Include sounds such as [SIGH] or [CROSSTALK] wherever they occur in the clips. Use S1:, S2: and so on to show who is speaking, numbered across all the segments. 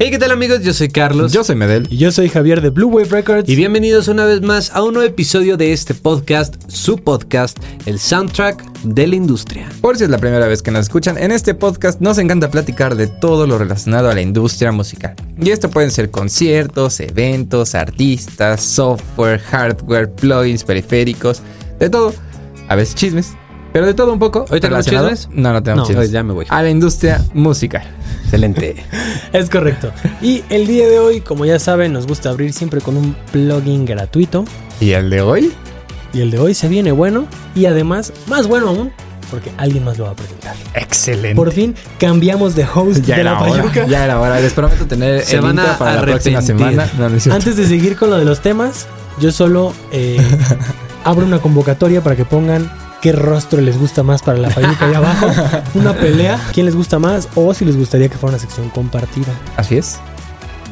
S1: Hey, ¿qué tal amigos? Yo soy Carlos.
S2: Yo soy Medel.
S3: Y yo soy Javier de Blue Wave Records.
S1: Y bienvenidos una vez más a un nuevo episodio de este podcast, su podcast, el soundtrack de la industria.
S2: Por si es la primera vez que nos escuchan, en este podcast nos encanta platicar de todo lo relacionado a la industria musical. Y esto pueden ser conciertos, eventos, artistas, software, hardware, plugins, periféricos, de todo. A veces chismes, pero de todo un poco.
S1: ¿Hoy tenemos
S2: relacionado-
S1: chismes?
S2: No, no
S1: No,
S2: tenemos chismes.
S1: ya me voy.
S2: A la industria musical.
S1: ah, Excelente.
S3: Es correcto. Y el día de hoy, como ya saben, nos gusta abrir siempre con un plugin gratuito.
S2: ¿Y el de hoy?
S3: Y el de hoy se viene bueno. Y además, más bueno aún, porque alguien más lo va a presentar.
S2: Excelente.
S3: Por fin cambiamos de host
S2: [LAUGHS] ya
S3: de
S2: era
S3: la
S2: hora.
S3: payuca.
S2: Ya era hora. Les prometo tener
S1: Se
S2: el
S1: van a
S2: intro para la próxima
S1: arrepentir.
S2: semana. No, no es cierto.
S3: Antes de seguir con lo de los temas, yo solo
S2: [LAUGHS]
S3: eh, abro una convocatoria para que pongan qué rostro les gusta más para la payuca ahí abajo.
S2: [LAUGHS]
S3: Una pelea, quién les gusta más o si les gustaría que fuera una sección compartida.
S2: Así es.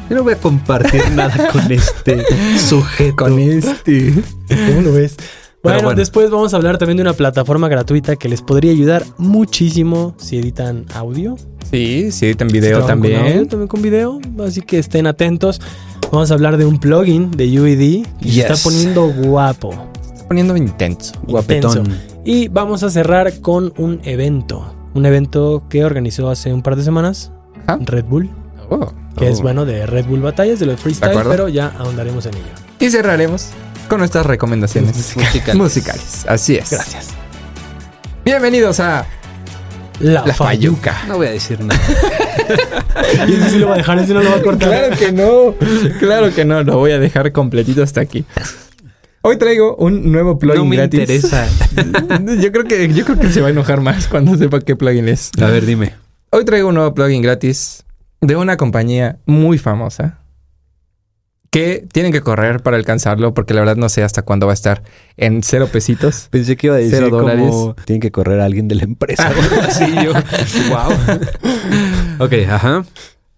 S1: Yo no voy a [LAUGHS] compartir nada con este sujeto.
S2: Con este.
S3: ¿Cómo lo ves? Bueno,
S1: bueno.
S3: después vamos a hablar también de una plataforma gratuita que les podría ayudar muchísimo si editan audio.
S2: Sí, sí, en
S3: Si
S2: video
S3: trabajan con
S2: también.
S3: audio, también con video. Así que estén atentos. Vamos a hablar de un plugin de UID que
S2: Yes.
S3: se está poniendo guapo.
S2: poniéndome intenso.
S1: Guapetón.
S3: intenso. Y vamos a cerrar con un evento. Un evento que organizó hace un par de semanas
S2: Ajá.
S3: Red Bull,
S2: Oh,
S3: que
S2: oh.
S3: es bueno de Red Bull Batallas, de los freestyle,
S2: acuerdo.
S3: pero ya ahondaremos en ello.
S2: Y cerraremos con nuestras recomendaciones musicales. Así es.
S3: Gracias.
S2: Bienvenidos a
S3: La,
S2: La
S3: Fayu.
S2: Fayuca.
S1: No voy a [LAUGHS] decir nada.
S3: Y [LAUGHS] ese sí lo va a dejar, ese no lo va a cortar.
S2: Claro que no. Claro que no. Lo voy a dejar completito hasta aquí. Hoy traigo un nuevo plugin
S1: No me
S2: gratis.
S1: interesa.
S2: [LAUGHS] Yo creo que yo creo que se va a enojar más cuando sepa qué plugin es.
S1: A ver, dime.
S2: Hoy traigo un nuevo plugin gratis de una compañía muy famosa que tienen que correr para alcanzarlo porque la verdad no sé hasta cuándo va a estar en cero pesitos.
S4: Pensé que iba a decir
S2: Cero dólares.
S4: como tienen que correr a alguien de la
S1: [LAUGHS]
S4: empresa.
S1: Sí, yo. Wow. Ok, ajá.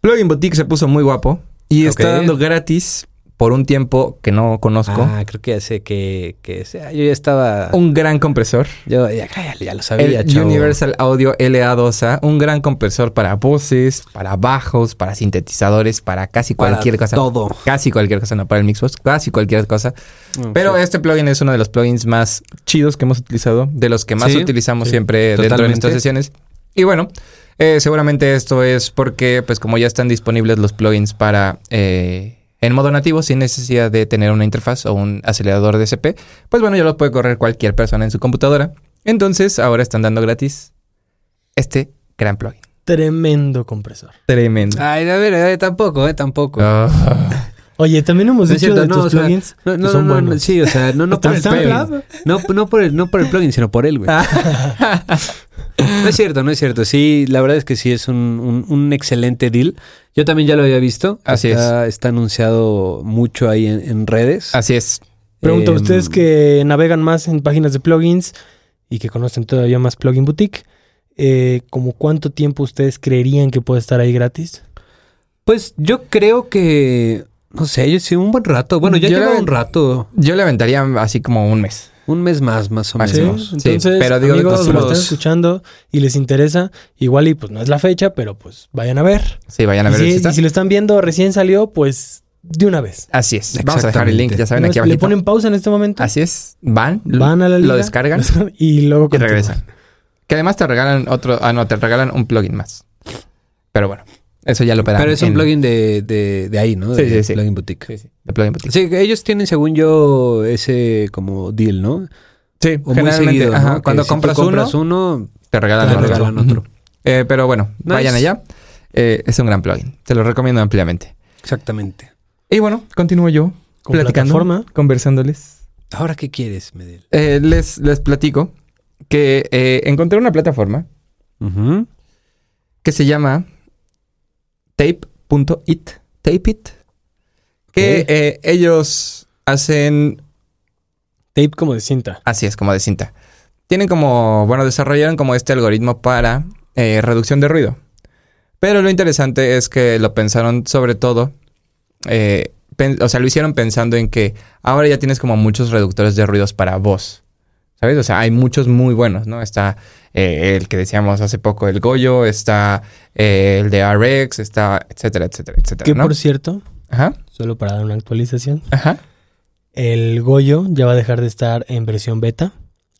S2: Plugin Boutique se puso muy guapo y
S1: Ok.
S2: está dando gratis por un tiempo que no conozco
S1: Ah, creo que hace que, que sea. Yo ya estaba.
S2: un gran compresor.
S1: Yo ya, cállale, ya lo sabía,
S2: El
S1: chavo.
S2: Universal Audio LA2A, un gran compresor para voces, para bajos, para sintetizadores, para casi
S1: Para
S2: cualquier cosa.
S1: todo.
S2: Casi cualquier cosa, no para el Mixbox, casi cualquier cosa. Pero
S3: eh,
S2: este plugin es uno de los plugins más chidos que hemos utilizado, de los que más
S1: Sí,
S2: utilizamos
S1: sí,
S2: siempre dentro de
S1: totalmente.
S2: nuestras sesiones. Y bueno, eh, seguramente esto es porque, pues como ya están disponibles los plugins para eh, en modo nativo, sin necesidad de tener una interfaz o un acelerador DSP, pues bueno, ya los puede correr cualquier persona en su computadora. Entonces, ahora están dando gratis este gran plugin.
S3: Tremendo compresor.
S2: Tremendo.
S1: Ay, a ver, eh, tampoco, eh, tampoco.
S2: Ah. [LAUGHS]
S3: Oye, también hemos
S1: No es
S3: dicho
S1: cierto,
S3: de
S1: no,
S3: tus
S1: o sea,
S3: plugins
S1: No,
S3: que
S1: no,
S3: son
S1: no, no,
S3: buenos.
S1: sí, o sea, no, no por el
S3: ¿Hasta en
S1: plugin.
S3: SoundCloud?
S1: No, no por el, no por el plugin, sino por él,
S3: [LAUGHS]
S1: güey. No es cierto, no es cierto. Sí, la verdad es que sí es un, un- un excelente deal. Yo también ya lo había visto.
S2: Así
S1: está, Está anunciado mucho ahí en, en redes.
S2: Así es.
S3: Ah, Pregunto a
S1: Em,
S3: ustedes que navegan más en páginas de plugins y que conocen todavía más Plugin Boutique. eh, ¿Como cuánto tiempo ustedes creerían que puede estar ahí gratis?
S1: Pues yo creo que, no sé, yo sí, un buen rato.
S3: Mm,
S1: Bueno, ya
S2: Yo la
S1: lleva
S2: ven-
S1: un rato,
S2: Yo le aventaría así como un mes.
S1: un mes más, más o
S3: ¿Ah,
S2: Máximo.
S1: menos.
S2: Ah, Sí,
S3: entonces,
S2: pero digo,
S3: amigos, si lo
S2: los-
S3: están escuchando y les interesa, igual y pues no es la fecha, pero pues vayan a ver.
S2: Sí, vayan a
S3: Y
S2: ver
S3: si,
S2: si está.
S3: y si lo están viendo recién salió, pues de una vez.
S2: Así es. Vamos a dejar el link, ya saben,
S3: No
S2: aquí
S3: es- le
S2: abajito.
S3: ponen pausa en este momento.
S2: Así es. Van,
S3: Van a la liga,
S2: lo
S3: [LAUGHS]
S2: descargan
S3: y luego
S2: y
S3: continúan.
S2: regresan. Que además te regalan otro... Ah, no, te regalan un plugin más. Pero bueno, eso ya lo pedamos.
S1: Pero es un plugin de, de, de ahí, ¿no?
S2: Sí,
S1: De
S2: sí, sí.
S1: Plugin Boutique.
S2: Sí, sí. De plugin boutique.
S1: Sí, ellos tienen, según yo, ese como deal, ¿no?
S2: Sí,
S1: O muy
S2: generalmente,
S1: seguido,
S2: ajá,
S1: ¿no? Que
S2: cuando
S1: si tú
S2: compras,
S1: compras
S2: uno,
S1: uno,
S2: te
S1: te
S2: regalan
S1: regalan,
S2: otro.
S1: otro.
S2: Eh, pero bueno,
S1: Nice.
S2: vayan allá. Eh, es un gran plugin. Te lo recomiendo ampliamente.
S1: Exactamente.
S2: Y bueno, continúo yo
S3: Con
S2: platicando,
S3: plataforma.
S2: conversándoles.
S1: Ahora, ¿qué quieres, Medel?
S2: Eh, les, les platico que eh, encontré una plataforma que se llama tape.it, tape it, que
S1: Ok.
S2: eh, ellos hacen,
S3: Tape como de cinta.
S2: así es como de cinta, tienen como, bueno, desarrollaron como este algoritmo para eh, reducción de ruido. Pero lo interesante es que lo pensaron sobre todo, eh, pen- o sea, lo hicieron pensando en que ahora ya tienes como muchos reductores de ruidos para voz. ¿Sabes? O sea, hay muchos muy buenos, ¿no? Está eh, el que decíamos hace poco, el Goyo, está eh, el de RX, está, etcétera, etcétera, etcétera.
S3: Que
S2: ¿no?
S3: por cierto,
S2: Ajá,
S3: solo para dar una actualización,
S2: ajá.
S3: el Goyo ya va a dejar de estar en versión beta.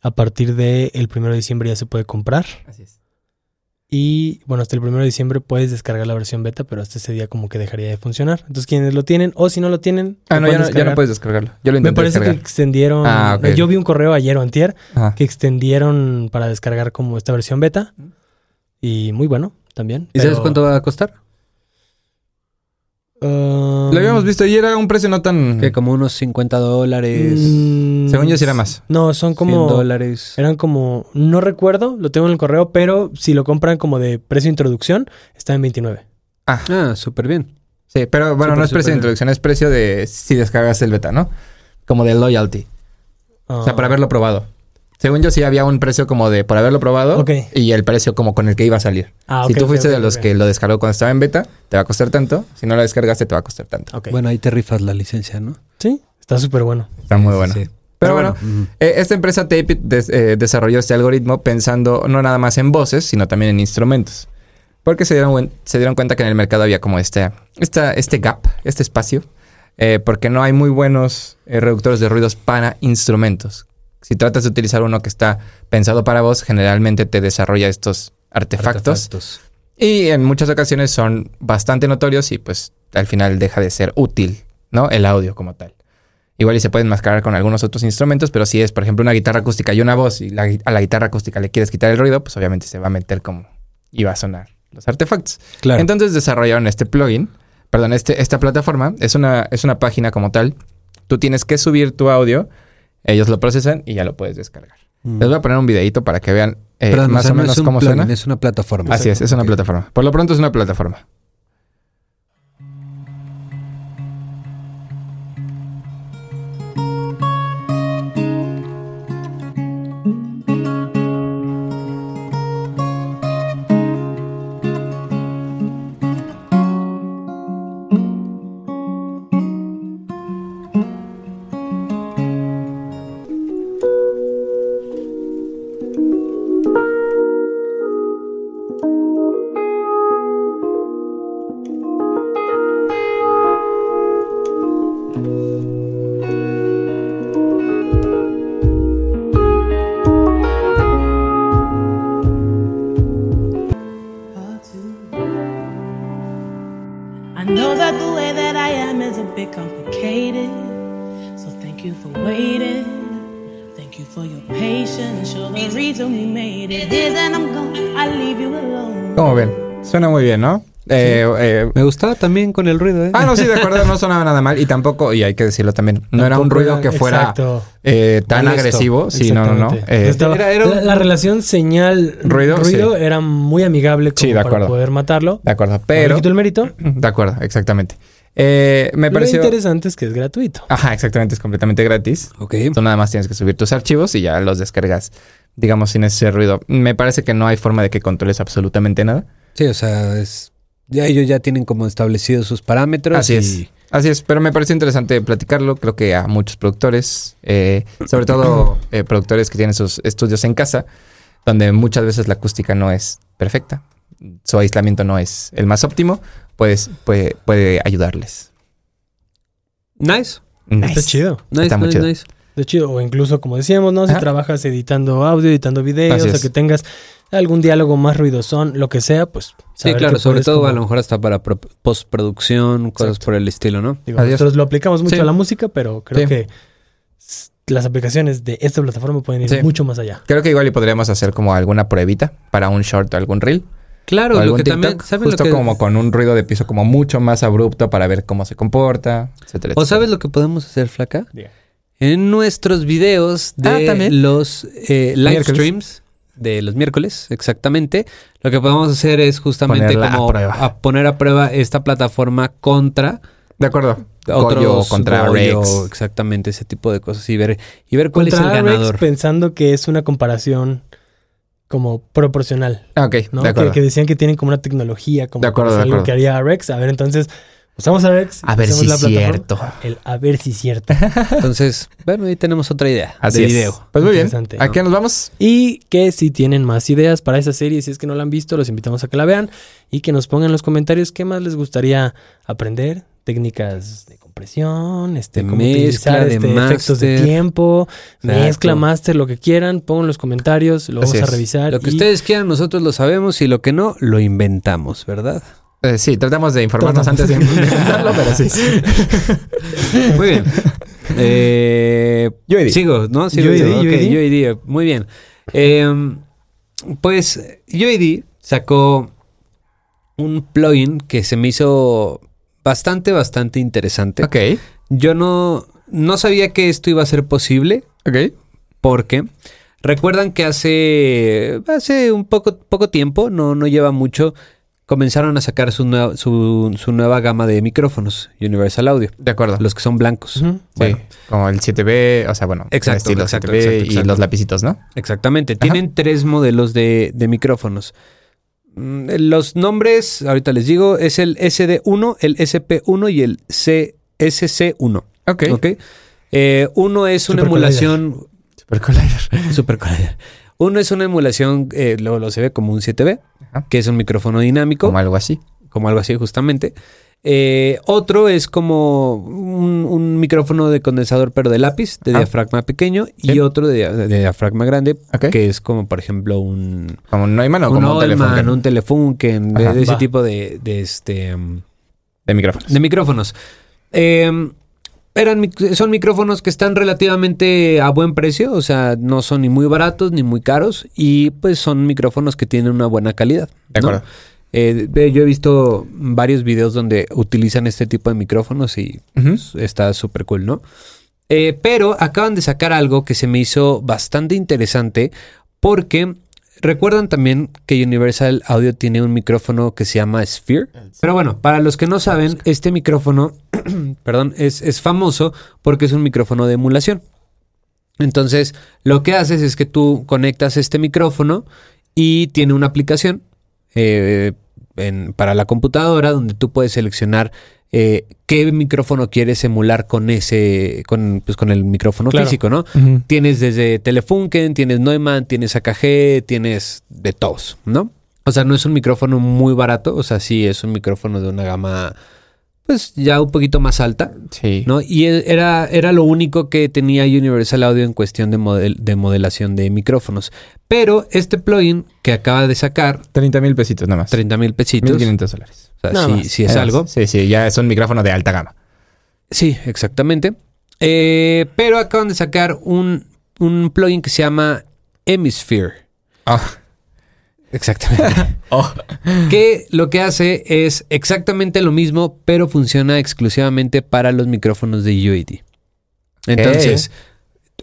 S3: A partir del 1 de diciembre ya se puede comprar.
S2: Así es.
S3: Y bueno, hasta el 1 de diciembre puedes descargar la versión beta, pero hasta ese día como que dejaría de funcionar. Entonces, quienes lo tienen, o si no lo tienen,
S2: Ah,
S3: lo
S2: no ya, no,
S3: pueden
S2: ya no
S3: descargar.
S2: puedes descargarlo. Yo lo
S3: Me
S2: intenté
S3: parece que
S2: descargar.
S3: extendieron. eh,
S2: Ah, ok.
S3: Yo vi un correo ayer o antier
S2: Ajá.
S3: que extendieron para descargar como esta versión beta. Y muy bueno también.
S1: ¿Y sabes cuánto va a costar?
S3: um,
S2: Lo habíamos visto y era un precio no tan...
S1: Que como unos 50 dólares,
S2: Mm,
S1: 100
S2: pues,
S3: mm,
S2: Según yo sí era más.
S3: No, son como.
S1: dólares.
S3: Eran como. No recuerdo, lo tengo en el correo, pero si lo compran como de precio de introducción, está en 29.
S1: Ah, súper bien.
S2: Sí, pero bueno,
S1: Súper,
S2: no es precio
S1: súper
S2: de
S1: bien.
S2: introducción, es precio de si descargas el beta, ¿no? Como de loyalty. O
S3: Ah,
S2: sea, por haberlo probado. Según yo sí había un precio como de por haberlo probado
S3: Ok.
S2: y el precio como con el que iba a salir.
S3: Ah,
S2: si
S3: ok,
S2: tú
S3: ok,
S2: fuiste
S3: ok,
S2: de los
S3: ok.
S2: que lo descargó cuando estaba en beta, te va a costar tanto. Si no lo descargaste, te va a costar tanto.
S3: Ok.
S1: Bueno, ahí te rifas la licencia, ¿no?
S3: sí, está súper bueno.
S2: Está muy bueno.
S1: Sí.
S2: Pero bueno,
S1: Mm.
S2: eh, esta empresa Tape It des- eh, desarrolló este algoritmo pensando no nada más en voces, sino también en instrumentos. Porque se dieron, buen- se dieron cuenta que en el mercado había como este, esta, este gap, este espacio, eh, porque no hay muy buenos eh, reductores de ruidos para instrumentos. Si tratas de utilizar uno que está pensado para voz, generalmente te desarrolla estos artefactos.
S1: Artefactos.
S2: Y en muchas ocasiones son bastante notorios y pues al final deja de ser útil, ¿no? El audio como tal. Igual y se pueden mascarar con algunos otros instrumentos, pero si es, por ejemplo, una guitarra acústica y una voz y la gui- a la guitarra acústica le quieres quitar el ruido, pues obviamente se va a meter como y va a sonar los artefactos.
S1: Claro.
S2: Entonces desarrollaron este plugin, perdón, este, esta plataforma. Es una, es una página como tal. Tú tienes que subir tu audio, ellos lo procesan y ya lo puedes descargar.
S1: Mm.
S2: Les voy a poner un videito para que vean eh,
S1: Perdón,
S2: más o,
S1: sea, no
S2: menos
S1: es un
S2: cómo
S1: plugin,
S2: suena.
S1: Es una plataforma.
S2: Así es, es una
S1: Ok.
S2: plataforma. Por lo pronto es una plataforma.
S5: part two. I know that the way that I am is a bit complicated. So thank you for waiting. Thank you for your patience. You're the reason we made it. Is and I'm gone. I leave you alone.
S2: Como ven, suena muy bien, ¿no? Eh, eh,
S1: Me gustaba también con el ruido, ¿eh?
S2: ah, no, sí, de acuerdo, no sonaba nada mal y tampoco, y hay que decirlo también, no era un
S3: Tampoco
S2: ruido
S3: era-
S2: que fuera
S3: exacto.
S2: eh, tan
S1: Molesto.
S2: agresivo, sí, no, no, no.
S3: Exactamente.
S2: eh,
S3: Estaba-
S1: Era- era un-
S3: la, la relación señal-ruido
S2: Ruido, sí.
S3: era muy amigable como
S2: Sí, de
S3: para
S2: acuerdo.
S3: poder matarlo.
S2: de acuerdo,
S3: Pero,
S2: pero... mm,
S3: quito el mérito.
S2: De acuerdo, exactamente. Eh, me
S3: Lo
S2: pareció...
S3: interesante es que es gratuito.
S2: Ajá, exactamente, es completamente gratis.
S1: Ok.
S2: Tú nada más tienes que subir tus archivos y ya los descargas, digamos, sin ese ruido. Me parece que no hay forma de que controles absolutamente nada.
S1: Sí, o sea, es... Ya ellos ya tienen como establecidos sus parámetros.
S2: Así
S1: y-
S2: es. Así es, pero me parece interesante platicarlo. Creo que a muchos productores, eh,
S1: [CLEARS THROAT]
S2: sobre todo eh, productores que tienen sus estudios en casa, donde muchas veces la acústica no es perfecta, su aislamiento no es el más óptimo, pues puede, puede ayudarles.
S1: Nice.
S2: Nice.
S3: Está chido.
S1: Nice,
S2: Está muy
S1: nice,
S2: chido.
S1: nice.
S3: Está chido. O incluso, como decíamos, ¿no? Si
S2: Ajá.
S3: trabajas editando audio, editando videos,
S2: Así
S3: o sea,
S2: es.
S3: que tengas algún diálogo más ruidosón, lo que sea, pues.
S1: Sí,
S3: saber
S1: claro,
S3: que
S1: sobre
S3: puedes
S1: todo
S3: como-
S1: a lo mejor hasta para pro- postproducción, cosas por el estilo, ¿no?
S3: digo,
S2: Adiós.
S3: nosotros lo aplicamos mucho
S2: Sí.
S3: a la música, pero creo
S2: Sí.
S3: que s- las aplicaciones de esta plataforma pueden ir
S2: Sí.
S3: mucho más allá.
S2: Creo que igual y podríamos hacer como alguna pruebita para un short o algún reel.
S1: Claro,
S2: o
S1: lo
S2: algún
S1: que
S2: TikTok,
S1: también, ¿saben lo
S2: justo
S1: que-
S2: como con un ruido de piso como mucho más abrupto para ver cómo se comporta, etcétera.
S1: ¿O
S2: etcétera.
S1: sabes lo que podemos hacer, Flaca?
S3: Diga.
S1: En nuestros videos de
S2: Ah, también.
S1: los eh, live
S2: Miércoles.
S1: streams de los miércoles, exactamente, lo que podemos hacer es justamente
S2: Ponerla a
S1: como
S2: prueba.
S1: a poner a prueba esta plataforma contra
S2: De acuerdo. Goyo
S1: otros
S2: contra
S1: Goyo,
S2: Rex.
S1: exactamente ese tipo de cosas y ver y ver cuál es
S3: Contra
S1: el
S3: Rex
S1: ganador.
S3: pensando que es una comparación como proporcional.
S2: Ah, ok,
S3: ¿no?
S2: de
S3: que,
S2: acuerdo.
S3: que decían que tienen como una tecnología, como
S2: De acuerdo,
S3: que es
S2: de
S3: algo
S2: acuerdo.
S3: que haría Rex. A ver, entonces, Usamos Alex.
S2: A ver
S3: usamos
S2: si
S3: la plataforma.
S2: cierto.
S3: El a ver si cierto.
S1: Entonces, bueno, ahí tenemos otra idea
S2: Así
S1: de
S2: es.
S1: video.
S2: Pues muy bien.
S3: Interesante,
S2: ¿A qué nos vamos?
S3: Y que si tienen más ideas para esa serie, si es que no la han visto, los invitamos a que la vean y que nos pongan en los comentarios qué más les gustaría aprender. Técnicas de compresión, este,
S1: De
S3: cómo
S1: mezcla,
S3: utilizar
S1: de
S3: este, efectos de
S1: máster.
S3: tiempo,
S1: Exacto.
S3: mezcla, master, lo que quieran, pongan en los comentarios, lo
S2: Así
S3: vamos a
S2: es.
S3: revisar.
S1: Lo que
S3: y
S1: ustedes quieran, nosotros lo sabemos y lo que no, lo inventamos, ¿verdad?
S2: Eh, sí, tratamos de informarnos
S3: Tratamos.
S2: antes de
S3: [LAUGHS]
S2: [LAUGHS] implementarlo, pero sí.
S1: Muy bien. Eh,
S2: Yo idea.
S1: Sigo, ¿no? Sigo
S3: UID,
S1: yo. Ok,
S3: UID.
S1: UID, Muy bien. Eh, pues UID sacó un plugin que se me hizo bastante, bastante interesante.
S2: Ok,
S1: Yo no, no sabía que esto iba a ser posible
S2: ok.
S1: porque recuerdan que hace, hace un poco, poco tiempo, no, no lleva mucho, comenzaron a sacar su, nue- su, su nueva gama de micrófonos, Universal Audio,
S2: De acuerdo.
S1: los que son blancos.
S3: Ujú.
S2: Sí, como el 7B, o sea, bueno,
S1: Exacto,
S2: estilo
S1: exacto,
S2: 7B
S1: exacto,
S2: y
S1: exacto.
S2: los lapicitos, ¿no?
S1: Exactamente. Tienen tres modelos de, de micrófonos. Mm, Los nombres, ahorita les digo, es el SD1, el SP1 y el CSC1.
S2: Ok.
S1: ¿Ok? Eh, uno es una
S3: Super
S1: emulación.
S2: Super Collider. [CLEARS THROAT]
S1: Super collider. Uno es una emulación, eh, lo, lo se ve como un 7B,
S2: Ajá.
S1: que es un micrófono dinámico,
S2: Como
S1: como,
S2: algo así.
S1: algo así justamente. Eh, otro es como un, un micrófono de condensador, pero de lápiz, de
S2: Ajá.
S1: diafragma pequeño,
S2: Sí.
S1: y otro de, dia- de diafragma grande,
S2: Ok.
S1: que es como, por ejemplo, un,
S2: Como un Neumann o
S1: un
S2: como un teléfono.
S1: Neumann,
S2: que-
S1: un Telefunken, de,
S2: Ajá.
S1: de ese
S3: Va.
S1: tipo de, de, este, mm,
S2: De micrófono.
S1: de micrófonos. Eh, eran, mic- son micrófonos que están relativamente a buen precio, o sea, no son ni muy baratos ni muy caros y pues son micrófonos que tienen una buena calidad.
S2: De
S1: ¿no?
S2: acuerdo.
S1: Eh, de- yo he visto varios videos donde utilizan este tipo de micrófonos y
S2: Ujú.
S1: está súper cool, ¿no? Eh, pero acaban de sacar algo que se me hizo bastante interesante porque recuerdan también que Universal Audio tiene un micrófono que se llama Sphere. Pero bueno, para los que no saben, este micrófono, [CLEARS THROAT] perdón, es, es famoso porque es un micrófono de emulación. Entonces, lo que haces es que tú conectas este micrófono y tiene una aplicación eh, en- para la computadora donde tú puedes seleccionar eh, qué micrófono quieres emular con ese, con, pues, con el micrófono
S3: Claro.
S1: físico, ¿no?
S3: Ujú.
S1: Tienes desde Telefunken, tienes Neumann, tienes AKG, tienes de todos, ¿no? O sea, no es un micrófono muy barato, o sea, sí es un micrófono de una gama, pues ya un poquito más alta.
S2: Sí.
S1: ¿no? Y e- era, era lo único que tenía Universal Audio en cuestión de, model- de modelación de micrófonos. Pero este plugin que acaba de sacar,
S2: 30 mil pesitos nada más.
S1: 30 mil pesitos,
S2: 1500 dólares.
S1: o sea,
S3: Nada
S1: si,
S3: más.
S1: si es
S2: Nada
S1: algo.
S2: más. Sí, sí, ya es un micrófono de alta gama.
S1: Sí, exactamente. Eh, pero acaban de sacar un, un plugin que se llama Hemisphere.
S2: Oh.
S1: [LAUGHS] Exactamente.
S2: Oh.
S1: que lo que hace es exactamente lo mismo, pero funciona exclusivamente para los micrófonos de UAD. Entonces,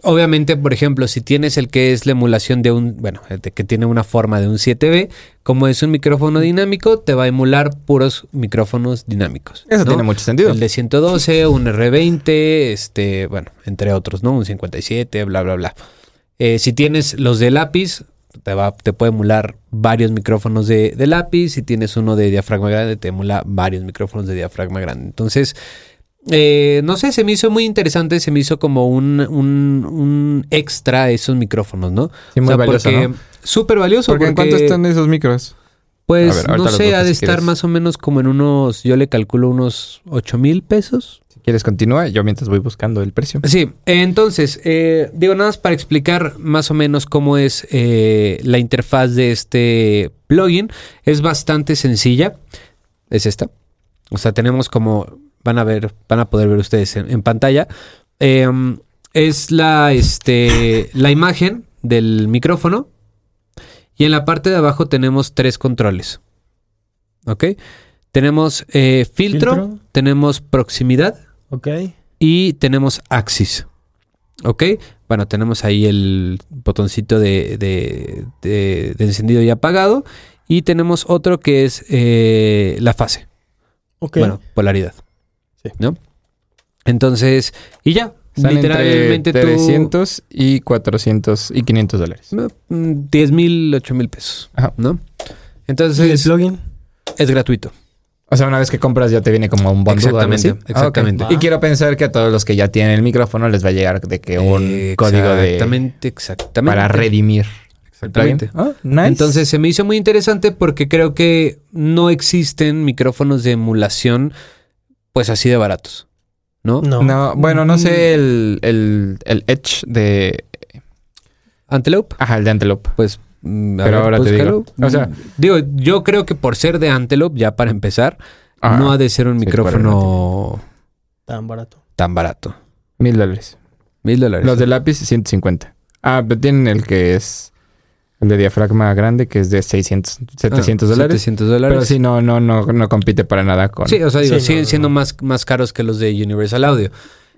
S1: obviamente, por ejemplo, si tienes el que es la emulación de un, bueno, el de que tiene una forma de un 7B, como es un micrófono dinámico, te va a emular puros micrófonos dinámicos.
S2: Eso
S1: ¿no?
S2: tiene mucho sentido.
S1: El de 112, un R20, este, bueno, entre otros, ¿no? Un 57, bla, bla, bla. Eh, si tienes los de lápiz, te, va, te puede emular varios micrófonos de, de lápiz. Si tienes uno de diafragma grande, te emula varios micrófonos de diafragma grande. Entonces, eh, no sé, se me hizo muy interesante, se me hizo como un, un, un extra a esos micrófonos, ¿no?
S2: Sí, muy valioso,
S1: porque-
S2: ¿no?
S1: Súper valioso.
S2: Porque ¿en cuánto están esos micros? A
S1: Pues
S2: ver, ahorita
S1: no
S2: los
S1: sé,
S2: busco
S1: ha de
S2: si
S1: estar
S2: quieres.
S1: más o menos como en unos, yo le calculo unos 8 mil pesos.
S2: Si quieres continúa, yo mientras voy buscando el precio.
S1: Sí, entonces, eh, digo, nada más para explicar más o menos cómo es eh, la interfaz de este plugin. Es bastante sencilla. Es esta. O sea, tenemos como van a ver, van a poder ver ustedes en, en pantalla. Eh, es la, este, la imagen del micrófono. Y en la parte de abajo tenemos tres controles. ¿Ok? Tenemos eh, filtro,
S3: Filtro.
S1: tenemos proximidad
S3: Ok.
S1: y tenemos Axis. ¿Ok? Bueno, tenemos ahí el botoncito de, de- de- de encendido y apagado. Y tenemos otro que es eh, la fase.
S3: Ok.
S1: Bueno, polaridad.
S3: Sí.
S1: ¿No? Entonces, y ya.
S2: Están
S1: literalmente
S2: entre
S1: tú-
S2: 300 y 400 y 500 dólares.
S1: Mm, 10 mil, 8 mil pesos.
S2: Ajá.
S1: ¿No?
S3: ¿Y el
S1: Entonces,
S3: plugin?
S1: es gratuito.
S2: O sea, una vez que compras ya te viene como un bundle. o algo así.
S1: Exactamente, exactamente.
S2: Ah, ok. Y quiero pensar que a todos los que ya tienen el micrófono les va a llegar de que un código de
S1: Exactamente, exactamente.
S2: para redimir. el plugin.
S1: Exactamente.
S2: Ah, nice.
S1: Entonces se me hizo muy interesante porque creo que no existen micrófonos de emulación pues así de baratos, ¿no? Mm.
S3: No.
S2: no, bueno, no sé el, el, el Edge de.
S1: Antelope,
S2: Ajá, el de Antelope.
S1: pues... mm, a
S2: Pero ahora te digo.
S1: búscalo.
S2: O sea-
S1: digo, yo creo que por ser de Antelope, ya para empezar,
S2: Ajá.
S1: no ha de ser un
S2: Ah, Sí,
S1: micrófono
S3: Tan barato.
S1: tan barato.
S2: Mil dólares.
S1: Mil dólares.
S2: Los de lápiz, 150. Ah, pero tienen el que es el de diafragma grande, que es de 600,
S1: Ah,
S2: 700 dólares.
S1: 700 dólares.
S2: Pero sí, no, no, no, no compite para nada con.
S1: Sí, o sea, digo,
S3: Sí, no,
S1: siguen
S3: no,
S1: siendo
S3: no.
S1: Más, más caros que los de Universal Audio.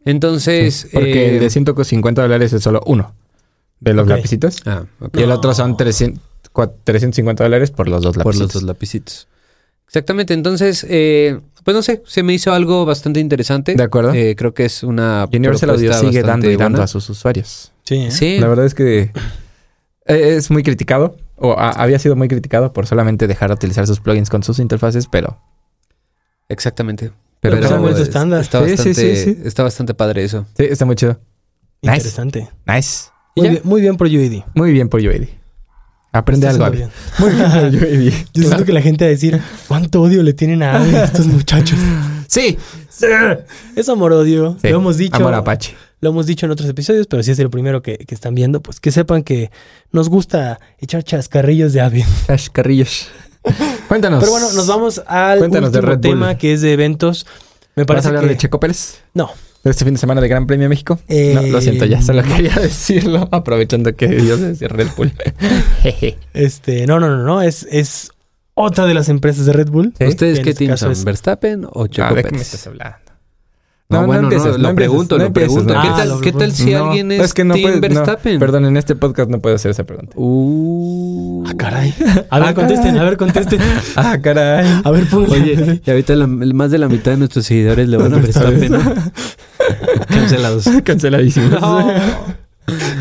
S1: Entonces.
S2: porque
S1: eh,
S2: el de 150 dólares es solo uno de los
S3: Ok.
S2: lapicitos.
S1: Ah, ok.
S2: Y el
S3: No.
S2: otro son 300, cua- 350 dólares por los dos
S1: Por los
S2: lapicitos.
S1: dos lapicitos. Exactamente. Entonces, eh, pues no sé, se me hizo algo bastante interesante.
S2: De acuerdo.
S1: Eh, creo que es una.
S2: Universal Audio
S1: propuesta
S2: sigue
S1: bastante
S2: dando y dando
S1: buena.
S2: a sus usuarios.
S3: Sí, ¿eh?
S1: Sí.
S2: La verdad es que eh, es muy criticado, o a- había sido muy criticado por solamente dejar de utilizar sus plugins con sus interfaces, pero
S1: Exactamente.
S2: Pero
S3: pues, se han vuelto
S1: es-
S3: estándar.
S1: Está,
S2: Sí, sí,
S1: bastante,
S2: sí, sí.
S1: está bastante padre eso.
S2: sí, está muy chido. Nice.
S3: Interesante.
S2: Nice.
S3: Muy
S2: ya?
S3: bien, muy bien por UID.
S2: Muy bien por Joey. Aprende
S3: Está
S2: algo.
S3: haciendo
S2: Abby. Muy bien
S3: [LAUGHS]
S2: por [LAUGHS] Joey.
S3: Yo siento que la gente va a decir, ¿cuánto odio le tienen a Abby estos muchachos?
S2: Sí.
S3: [LAUGHS] Es amor-odio.
S2: Sí.
S3: [LAUGHS] Lo hemos dicho.
S2: Amor Apache.
S3: Lo hemos dicho en otros episodios, pero si es el primero que, que están viendo, pues que sepan que nos gusta echar chascarrillos de Abby.
S2: Carrillos. Cuéntanos.
S3: Pero bueno, nos vamos al
S2: Cuéntanos de
S3: último
S2: Red Bull.
S3: tema que es de eventos. Me
S2: ¿Vas a
S3: parece
S2: hablar
S3: que...
S2: de Checo Pérez?
S3: No.
S2: ¿De este fin de semana de Gran Premio de México?
S3: Eh,
S2: No, lo siento, ya solo quería [LAUGHS] decirlo, aprovechando que Dios es de Red Bull. Jeje. [LAUGHS]
S3: Este, no, no, no, no. Es, es otra de las empresas de Red Bull.
S2: Sí.
S1: ¿Ustedes
S3: En
S1: qué
S3: este
S1: team
S3: caso
S1: son?
S3: es-
S1: ¿Verstappen o Checo
S2: Ah, ¿de qué me
S1: Pérez?
S2: estás hablando?
S1: No, bueno, no,
S2: empieces,
S1: lo
S2: empieces,
S1: pregunto,
S2: no
S1: lo
S2: empieces,
S1: pregunto.
S2: no.
S1: ¿Qué,
S3: Ah,
S1: tal,
S3: lo
S1: qué tal si
S2: No,
S1: alguien es,
S2: que no
S1: Team
S2: puedes- no,
S1: Verstappen?
S2: perdón, en este podcast no puedo hacer esa pregunta.
S1: Uh.
S3: Ah,
S2: [LAUGHS]
S3: caray. A ver,
S2: Ah,
S3: contesten,
S2: caray.
S3: a ver,
S2: [LAUGHS]
S3: contesten.
S2: Ah, caray.
S3: A ver, pónganle.
S1: Oye, y ahorita la- más de la mitad de nuestros seguidores le van a prestar
S2: [LAUGHS]
S1: pena. Cancelados.
S2: [LAUGHS] Canceladísimo. [LAUGHS]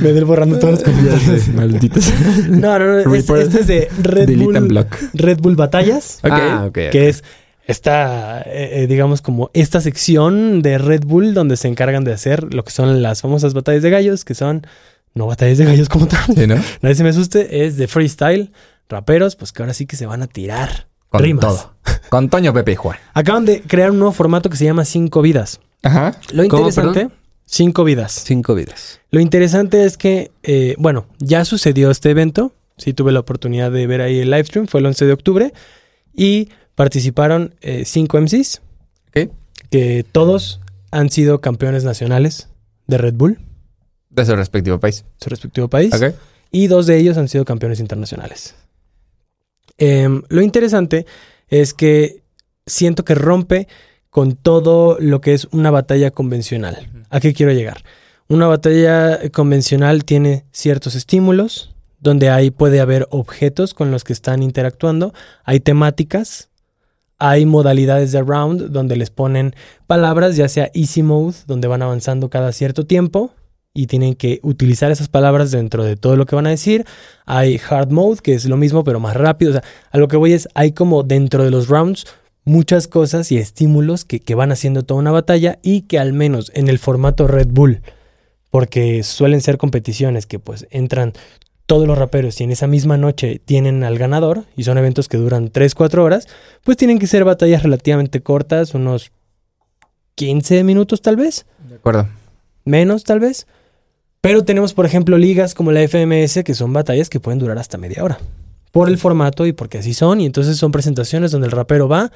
S3: Me del borrando todos los comentarios.
S2: Malditos.
S3: No, no, no. es-
S2: Report.
S3: este es de
S2: [LAUGHS]
S3: Red
S2: Delete and
S3: Bull,
S2: block.
S3: Red Bull Batallas,
S2: Ok.
S1: Ah, ok. ok.
S3: que es esta, eh, eh, digamos, como esta sección de Red Bull donde se encargan de hacer lo que son las famosas batallas de gallos, que son no batallas de gallos como tal.
S2: Sí, ¿no?
S3: Nadie se me asuste, es de freestyle, raperos, pues que ahora sí que se van a tirar.
S2: Con
S3: rimas.
S2: todo. Con Toño, Pepe y Juan.
S3: Acaban de crear un nuevo formato que se llama Cinco Vidas.
S2: Ajá.
S3: Lo
S1: ¿Cómo,
S3: interesante. Cinco vidas.
S1: Cinco vidas.
S3: Lo interesante es que, eh, bueno, ya sucedió este evento. Sí, tuve la oportunidad de ver ahí el live stream. Fue el 11 de octubre. Y participaron eh, cinco MCs.
S2: Ok.
S3: Que todos han sido campeones nacionales de Red Bull,
S2: De su respectivo país.
S3: su respectivo país.
S2: Ok.
S3: Y dos de ellos han sido campeones internacionales. Em, lo interesante es que siento que rompe con todo lo que es una batalla convencional. ¿A qué quiero llegar? Una batalla convencional tiene ciertos estímulos, donde ahí puede haber objetos con los que están interactuando, hay temáticas, hay modalidades de round, donde les ponen palabras, ya sea easy mode, donde van avanzando cada cierto tiempo y tienen que utilizar esas palabras dentro de todo lo que van a decir. Hay hard mode, que es lo mismo, pero más rápido. O sea, a lo que voy es, hay como dentro de los rounds muchas cosas y estímulos que, que van haciendo toda una batalla y que al menos en el formato Red Bull, porque suelen ser competiciones que pues entran todos los raperos y en esa misma noche tienen al ganador y son eventos que duran 3-4 horas, pues tienen que ser batallas relativamente cortas, unos 15 minutos tal vez
S2: De acuerdo.
S3: menos tal vez. Pero tenemos, por ejemplo, ligas como la FMS, que son batallas que pueden durar hasta media hora. Por el formato y porque así son. Y entonces son presentaciones donde el rapero va,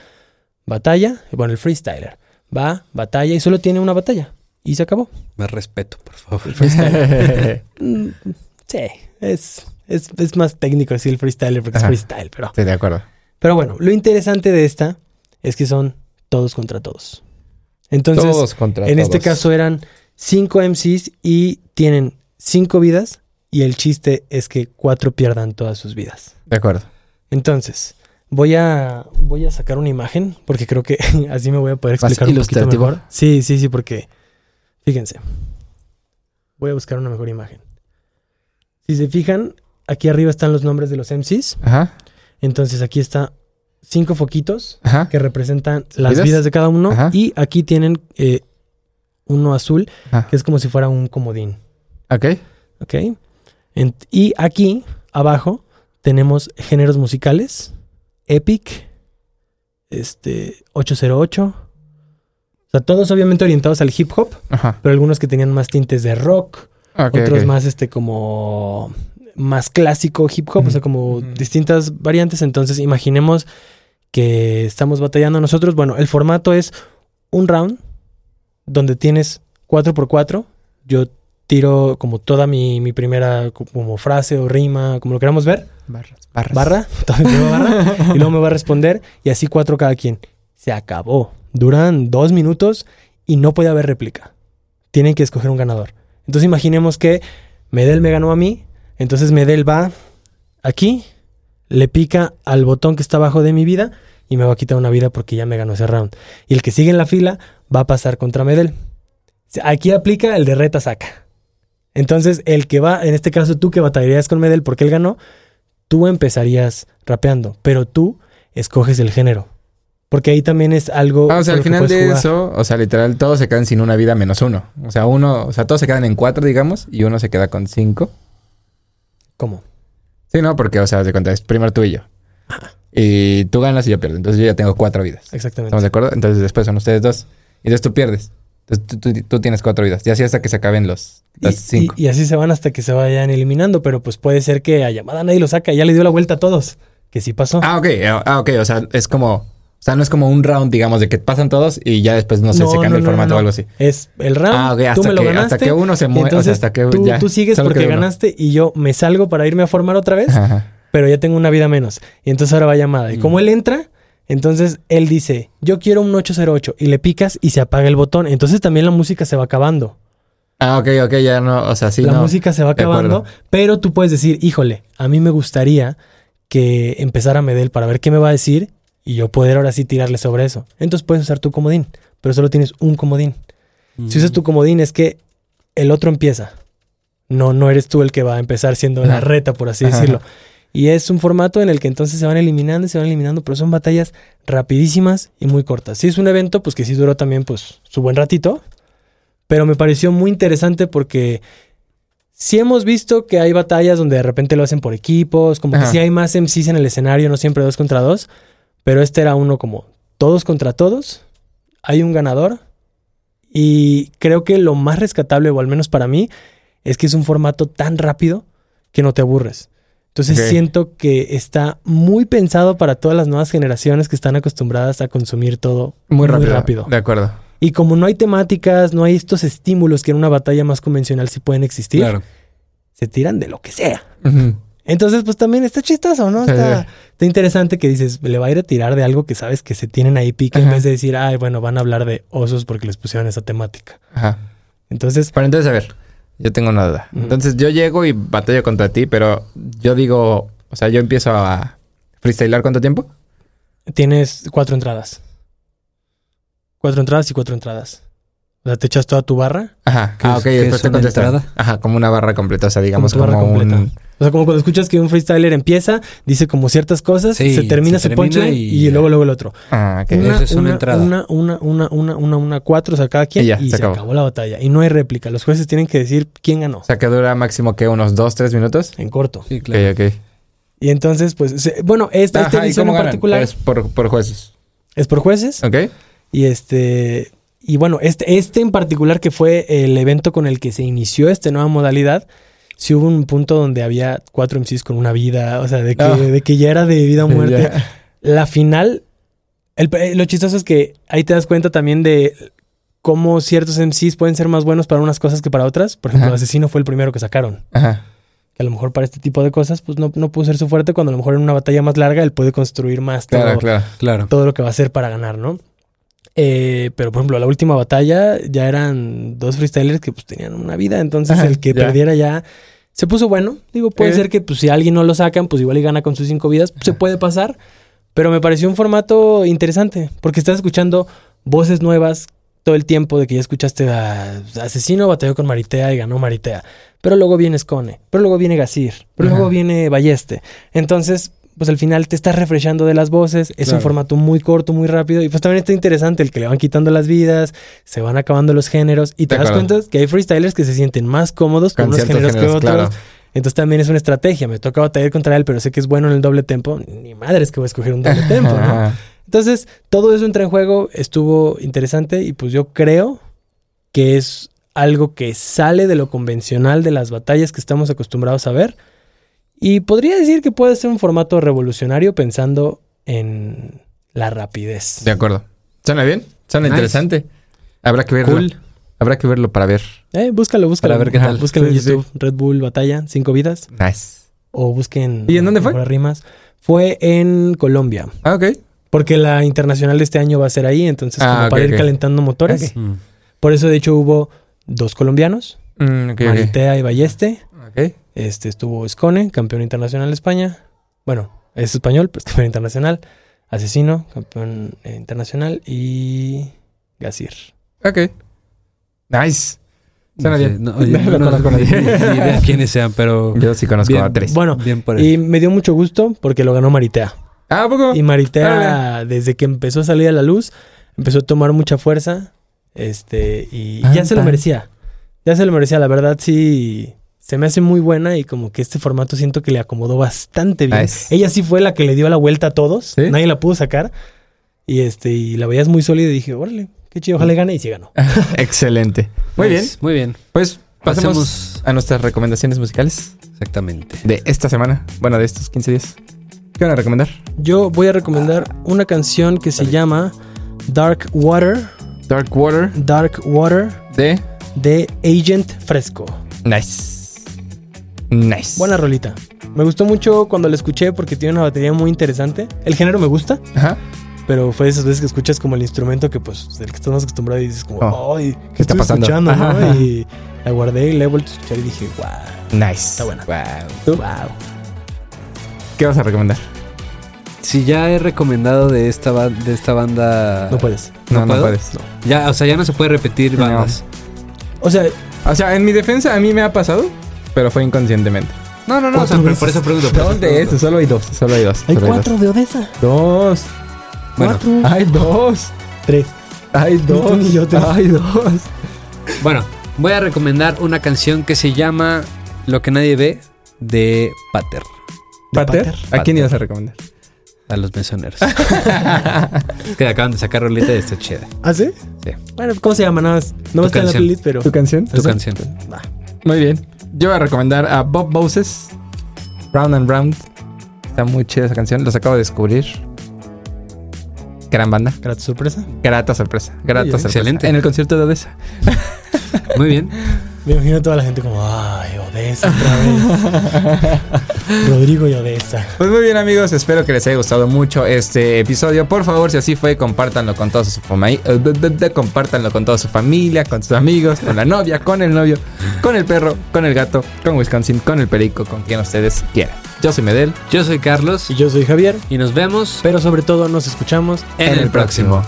S3: batalla, bueno, el freestyler va, batalla y solo tiene una batalla. Y se acabó.
S1: Más respeto, por favor.
S2: [LAUGHS] Estoy
S3: Mm, sí, es, es, es más técnico decir el freestyler porque
S2: Ajá.
S3: es freestyle, pero...
S2: de acuerdo.
S3: Pero bueno, lo interesante de esta es que son todos contra todos. Entonces,
S2: todos contra
S3: En este
S2: todos.
S3: caso eran cinco MCs y tienen cinco vidas y el chiste es que cuatro pierdan todas sus vidas.
S2: De acuerdo.
S3: Entonces, voy a voy a sacar una imagen porque creo que [LAUGHS] así me voy a poder
S2: ¿Más
S3: explicar un poquito
S2: ilustrativo?
S3: mejor. Sí, sí, sí, porque fíjense. Voy a buscar una mejor imagen. Si se fijan, aquí arriba están los nombres de los MCs.
S2: Ajá.
S3: Entonces, aquí está cinco foquitos
S2: Ajá.
S3: que representan las
S2: ¿Vidas?
S3: vidas de cada uno.
S2: Ajá.
S3: Y aquí tienen eh, uno azul,
S2: Ajá.
S3: que es como si fuera un comodín.
S2: Ok.
S3: ¿Ok? En- y aquí, abajo, tenemos géneros musicales. Epic. Este. 808. O sea, todos obviamente orientados al hip hop,
S2: Ajá.
S3: pero algunos que tenían más tintes de rock,
S2: Ah, Ok,
S3: otros
S2: ok.
S3: más este como más clásico hip hop, o sea, como
S2: Ujú.
S3: distintas variantes. Entonces, imaginemos que estamos batallando nosotros. Bueno, el formato es un round donde tienes 4x4. Yo tiro como toda mi, mi primera co- como frase o rima, como lo queramos ver,
S2: Barras. Barras. Ah,
S3: barra, todo el tiempo barra, y luego me va a responder y así cuatro cada quien. Se acabó. Duran dos minutos y no puede haber réplica. Tienen que escoger un ganador. Entonces imaginemos que Medel me ganó a mí, entonces Medel va aquí, le pica al botón que está abajo de mi vida y me va a quitar una vida porque ya me ganó ese round. Y el que sigue en la fila va a pasar contra Medel. Aquí aplica el de reta saca. Entonces, el que va, en este caso tú que batallarías con Medel porque él ganó, tú empezarías rapeando, pero tú escoges el género. Porque ahí también es algo.
S2: Ah, o sea, al
S3: con lo que
S2: final
S3: puedes
S2: de
S3: jugar.
S2: eso, o sea, literal, todos se quedan sin una vida menos uno. O sea, uno, o sea, todos se quedan en cuatro, digamos, y uno se queda con cinco.
S3: ¿Cómo?
S2: Sí, no, porque, o sea, de cuenta, es primero tú y yo. Y tú ganas y yo pierdo. Entonces yo ya tengo cuatro vidas.
S3: Exactamente.
S2: ¿Estamos de acuerdo? Entonces después son ustedes dos. Y entonces tú pierdes. Entonces tú, tú- tú tienes cuatro vidas. Y así hasta que se acaben los,
S3: Y,
S2: las cinco.
S3: y- y así se van hasta que se vayan eliminando, pero pues puede ser que a llamada nadie lo saca, ya le dio la vuelta a todos, que sí pasó.
S2: Ah, ok. Ah, ok. O sea, es como. O sea, no es como un round, digamos, de que pasan todos y ya después, no sé, se cambia el
S3: no,
S2: formato
S3: no.
S2: o algo así.
S3: Es el round,
S2: Ah, ok,
S3: tú
S2: hasta
S3: me lo
S2: que- hasta
S3: ganaste.
S2: que uno se
S3: y
S2: mueve, o sea,
S3: entonces
S2: hasta que
S3: tú,
S2: ya,
S3: tú sigues
S2: solo
S3: porque
S2: queda uno.
S3: ganaste y yo me salgo para irme a formar otra vez,
S2: Ajá. Mm.
S3: pero ya tengo una vida menos. Y entonces ahora va llamada. Y como él entra, entonces él dice, yo quiero un 808 y le picas y se apaga el botón. Entonces también la música se va acabando.
S2: Ah, ok, ok. Ya no. O sea, sí.
S3: la
S2: no.
S3: música se va
S2: de acuerdo.
S3: acabando, pero tú puedes decir, híjole, a mí me gustaría que empezara Medel para ver qué me va a decir y yo poder ahora sí tirarle sobre eso. Entonces puedes usar tu comodín, pero solo tienes un comodín. Si
S2: Mm.
S3: usas tu comodín es que el otro empieza. No, no eres tú el que va a empezar siendo la
S2: Ajá.
S3: reta, por así
S2: Ajá.
S3: decirlo. Y es un formato en el que entonces se van eliminando y se van eliminando, pero son batallas rapidísimas y muy cortas. Si es un evento, pues que sí duró también pues su buen ratito, pero me pareció muy interesante porque sí hemos visto que hay batallas donde de repente lo hacen por equipos, como
S2: Ajá.
S3: que sí hay más MCs en el escenario, no siempre dos contra dos, pero este era uno como todos contra todos, hay un ganador y creo que lo más rescatable, o al menos para mí, es que es un formato tan rápido que no te aburres. Entonces
S2: Ok.
S3: siento que está muy pensado para todas las nuevas generaciones que están acostumbradas a consumir todo
S2: Muy rápido. De acuerdo.
S3: Y como no hay temáticas, no hay estos estímulos que en una batalla más convencional sí pueden existir,
S1: Claro.
S3: se tiran de lo que sea.
S2: Ujú.
S3: Entonces, pues también está chistoso, ¿no?
S2: Sí,
S3: Está,
S2: sí.
S3: está interesante que dices, le va a ir a tirar de algo que sabes que se tienen ahí pique en
S2: Ajá.
S3: vez de decir, ay, bueno, van a hablar de osos porque les pusieron esa temática.
S2: Ajá.
S3: Entonces,
S2: Pero entonces, a ver, yo tengo una duda.
S3: Ujú.
S2: Entonces, yo llego y batallo contra ti, pero yo digo, o sea, yo empiezo a freestylar cuánto tiempo?
S3: Tienes cuatro entradas. Cuatro entradas y cuatro entradas. O sea, te echas toda tu barra.
S2: Ajá.
S1: ¿Qué
S2: Ah,
S1: es-
S2: ok,
S1: qué
S2: después
S1: es
S2: te
S1: una
S2: contestan.
S1: entrada?
S2: Ajá, como una barra completa, o sea, digamos
S3: tu
S2: como,
S3: barra completa.
S2: un...
S3: O sea, como cuando escuchas que un freestyler empieza, dice como ciertas cosas,
S1: Sí,
S3: se termina
S1: se
S3: ese
S1: termina
S3: punchline y,
S1: y-
S3: luego luego el otro.
S2: Ah, ok.
S1: Una- Esa es entrada.
S3: Una, una, una, una, una, una, cuatro, o sea, cada quien.
S2: Y
S3: Y,
S2: ya, se
S3: se,
S2: acabó.
S3: acabó. la batalla. Y no hay réplica. Los jueces tienen que decir quién ganó.
S2: O sea, que dura máximo que unos dos, tres minutos.
S3: En corto.
S1: Sí, claro.
S2: Ok, ok.
S3: Y entonces, pues, se- bueno, esta, esta
S2: Ajá, ¿y
S3: edición
S2: cómo
S3: en
S2: ganan?
S3: particular
S2: Es por, por jueces.
S3: es por jueces.
S2: Ok.
S3: Y este. Y bueno, este, este en particular, que fue el evento con el que se inició esta nueva modalidad, sí hubo un punto donde había cuatro MCs con una vida, o sea, de que,
S2: Ah.
S3: de que ya era de vida o muerte.
S2: [LAUGHS] Ya.
S3: La final, el pe- lo chistoso es que ahí te das cuenta también de cómo ciertos MCs pueden ser más buenos para unas cosas que para otras. Por ejemplo,
S2: Ajá.
S3: Asesino fue el primero que sacaron.
S2: Ajá.
S3: Que a lo mejor para este tipo de cosas, pues no, no pudo ser su fuerte, cuando a lo mejor en una batalla más larga él puede construir más todo,
S2: Claro, claro.
S1: Claro.
S3: todo lo que va a hacer para ganar, ¿no? Eh, pero por ejemplo, la última batalla ya eran dos freestylers que pues tenían una vida, entonces
S2: Ajá,
S3: el que
S2: ya.
S3: perdiera ya se puso bueno. Digo, puede
S2: Eh.
S3: ser que pues si a alguien no lo sacan, pues igual y gana con sus cinco vidas, se puede pasar, pero me pareció un formato interesante porque estás escuchando voces nuevas todo el tiempo de que ya escuchaste a Asesino batalló con Maritea y ganó Maritea, pero luego viene Scone, pero luego viene Gasir, pero
S2: Ajá.
S3: luego viene Balleste. Entonces, pues al final te estás refreshando de las voces. Es un
S2: Claro.
S3: formato muy corto, muy rápido. Y pues también está interesante el que le van quitando las vidas, se van acabando los géneros. Y te
S2: De
S3: das
S2: acuerdo.
S3: cuenta que hay freestylers que se sienten más cómodos con,
S2: Con
S3: unos
S2: ciertos
S3: géneros, que
S2: géneros,
S3: otros.
S2: claro.
S3: Entonces también es una estrategia. Me toca batallar contra él, pero sé que es bueno en el doble tempo. Ni madre es que voy a escoger
S2: [LAUGHS]
S3: un doble tempo, ¿no?
S2: Ajá.
S3: Entonces, todo eso entra en juego, estuvo interesante y pues yo creo que es algo que sale de lo convencional de las batallas que estamos acostumbrados a ver. Y podría decir que puede ser un formato revolucionario pensando en la rapidez.
S2: De acuerdo. ¿Suena bien? Suena
S1: Nice.
S2: interesante. Habrá que verlo.
S1: Cool.
S2: Habrá que verlo para ver.
S3: Eh, búscalo, búscalo.
S2: Para ver qué tal.
S3: Búscalo en
S2: Sí, sí, sí.
S3: YouTube, Red Bull Batalla, Cinco Vidas.
S2: Nice.
S3: O busquen.
S2: ¿Y en dónde fue?
S3: Mejores Rimas. Fue en Colombia.
S2: Ah, ok.
S3: Porque la internacional de este año va a ser ahí, entonces,
S2: Ah,
S3: como
S2: ok,
S3: para ir
S2: ok.
S3: calentando motores.
S2: Ok.
S1: Mm.
S3: Por eso, de hecho, hubo dos colombianos.
S2: Mm, ok, ok.
S3: Maritea y Balleste.
S2: Ok.
S3: Este estuvo Escone, campeón internacional de España. Bueno, es español, pues campeón internacional. Asesino, campeón eh, internacional. Y Gasir.
S2: Ok. Nice. Suena
S1: No sé,
S2: bien.
S1: no, oye,
S2: No lo
S1: no,
S2: conozco a
S1: ni-
S2: nadie.
S1: ni idea quiénes sean, pero
S2: Yo sí conozco
S1: Oh. Bien.
S2: a tres.
S3: Bueno,
S1: bien por él.
S3: y me dio mucho gusto porque lo ganó Maritea.
S2: Ah, ¿a poco? [LAUGHS]
S3: Y Maritea, desde que empezó a salir a la luz, empezó a tomar mucha fuerza. Este, y ya
S2: Tan,
S3: se lo
S2: tan.
S3: merecía. Ya se lo merecía, la verdad, sí. Se me hace muy buena y como que este formato siento que le acomodó bastante bien.
S2: Nice.
S3: Ella sí fue la que le dio la vuelta a todos.
S2: ¿Sí?
S3: Nadie la pudo sacar. Y este, y la veías muy sólida y dije, órale, qué chido, ojalá gane. Y sí ganó.
S2: Excelente. Muy
S1: Nice,
S2: bien.
S1: Muy bien.
S2: Pues pasemos
S1: Pasemos-
S2: a nuestras recomendaciones musicales
S1: Exactamente.
S2: de esta semana. Bueno, de estos 15 días. ¿Qué van a recomendar?
S3: Yo voy a recomendar una canción que se llama Dark Water,
S2: Dark Water
S3: Dark Water
S2: de
S3: de Agent Fresco.
S2: Nice. Nice.
S3: Buena rolita. Me gustó mucho cuando la escuché porque tiene una batería muy interesante. El género me gusta,
S2: Ajá.
S3: pero fue de esas veces que escuchas como el instrumento que pues del que estás más acostumbrado y dices como,
S2: Oh,
S3: "Ay,
S2: ¿qué está
S3: estoy
S2: pasando?"
S3: escuchando, no?
S2: Ajá.
S3: Y la guardé y la he vuelto a escuchar y dije, wow,
S2: Nice.
S3: Está buena.
S2: Wow.
S3: wow.
S2: ¿Qué vas a recomendar?
S1: Si ya he recomendado de esta, ba- de esta banda.
S3: No puedes.
S1: ¿No
S2: no,
S1: puedo?
S2: puedes.
S1: Ya, o sea, ya no se puede repetir
S2: No.
S1: bandas.
S3: O sea,
S2: O sea, en mi defensa a mí me ha pasado, pero fue inconscientemente.
S1: No, no, no. O sea,
S3: Cuatro
S1: pero por
S3: veces.
S1: eso pregunto. por eso
S2: ¿Dónde es?
S1: pregunto.
S2: Solo hay dos. Solo hay dos.
S3: hay
S2: solo
S3: cuatro de Odessa.
S2: Dos.
S1: Bueno,
S3: Cuatro.
S2: Hay dos.
S3: Tres.
S2: Hay
S3: tú ni yo
S2: dos.
S3: tenemos.
S2: Hay dos.
S1: bueno, voy a recomendar una canción que se llama Lo que nadie ve de Pater.
S2: ¿Pater?
S3: Pater.
S2: ¿A quién
S1: Pater.
S2: ibas a recomendar?
S1: A los mesoneros. [LAUGHS] Es que acaban de sacar rolita de esta chida.
S3: ¿Ah, sí?
S1: Sí.
S3: Bueno, ¿cómo se llama? Nada más. No
S1: Tu
S3: está en la
S1: canción.
S3: playlist, pero.
S2: ¿Tu canción?
S1: Tu canción.
S3: Va.
S2: Muy bien. Yo voy a recomendar a Bob Moses, Round and Round. Está muy chida esa canción. Los acabo de descubrir. Gran banda.
S3: Grata sorpresa.
S2: Grata sorpresa. Grata
S3: Oye,
S2: sorpresa.
S1: excelente.
S2: En el concierto de Odessa.
S1: Muy bien.
S3: Me imagino a toda la gente como, ay, Odessa otra
S2: [LAUGHS]
S3: vez. Rodrigo y Odessa.
S2: Pues muy bien amigos, espero que les haya gustado mucho este episodio. Por favor, si así fue, compártanlo con toda su eh, familia, compártanlo con toda su familia, con sus amigos, con la novia, con el novio, con el perro, con el gato, con Wisconsin, con el perico, con quien ustedes quieran. Yo soy Medel.
S1: Yo soy Carlos
S3: Y yo soy Javier,
S1: y nos vemos
S3: pero sobre todo nos escuchamos
S1: en el próximo.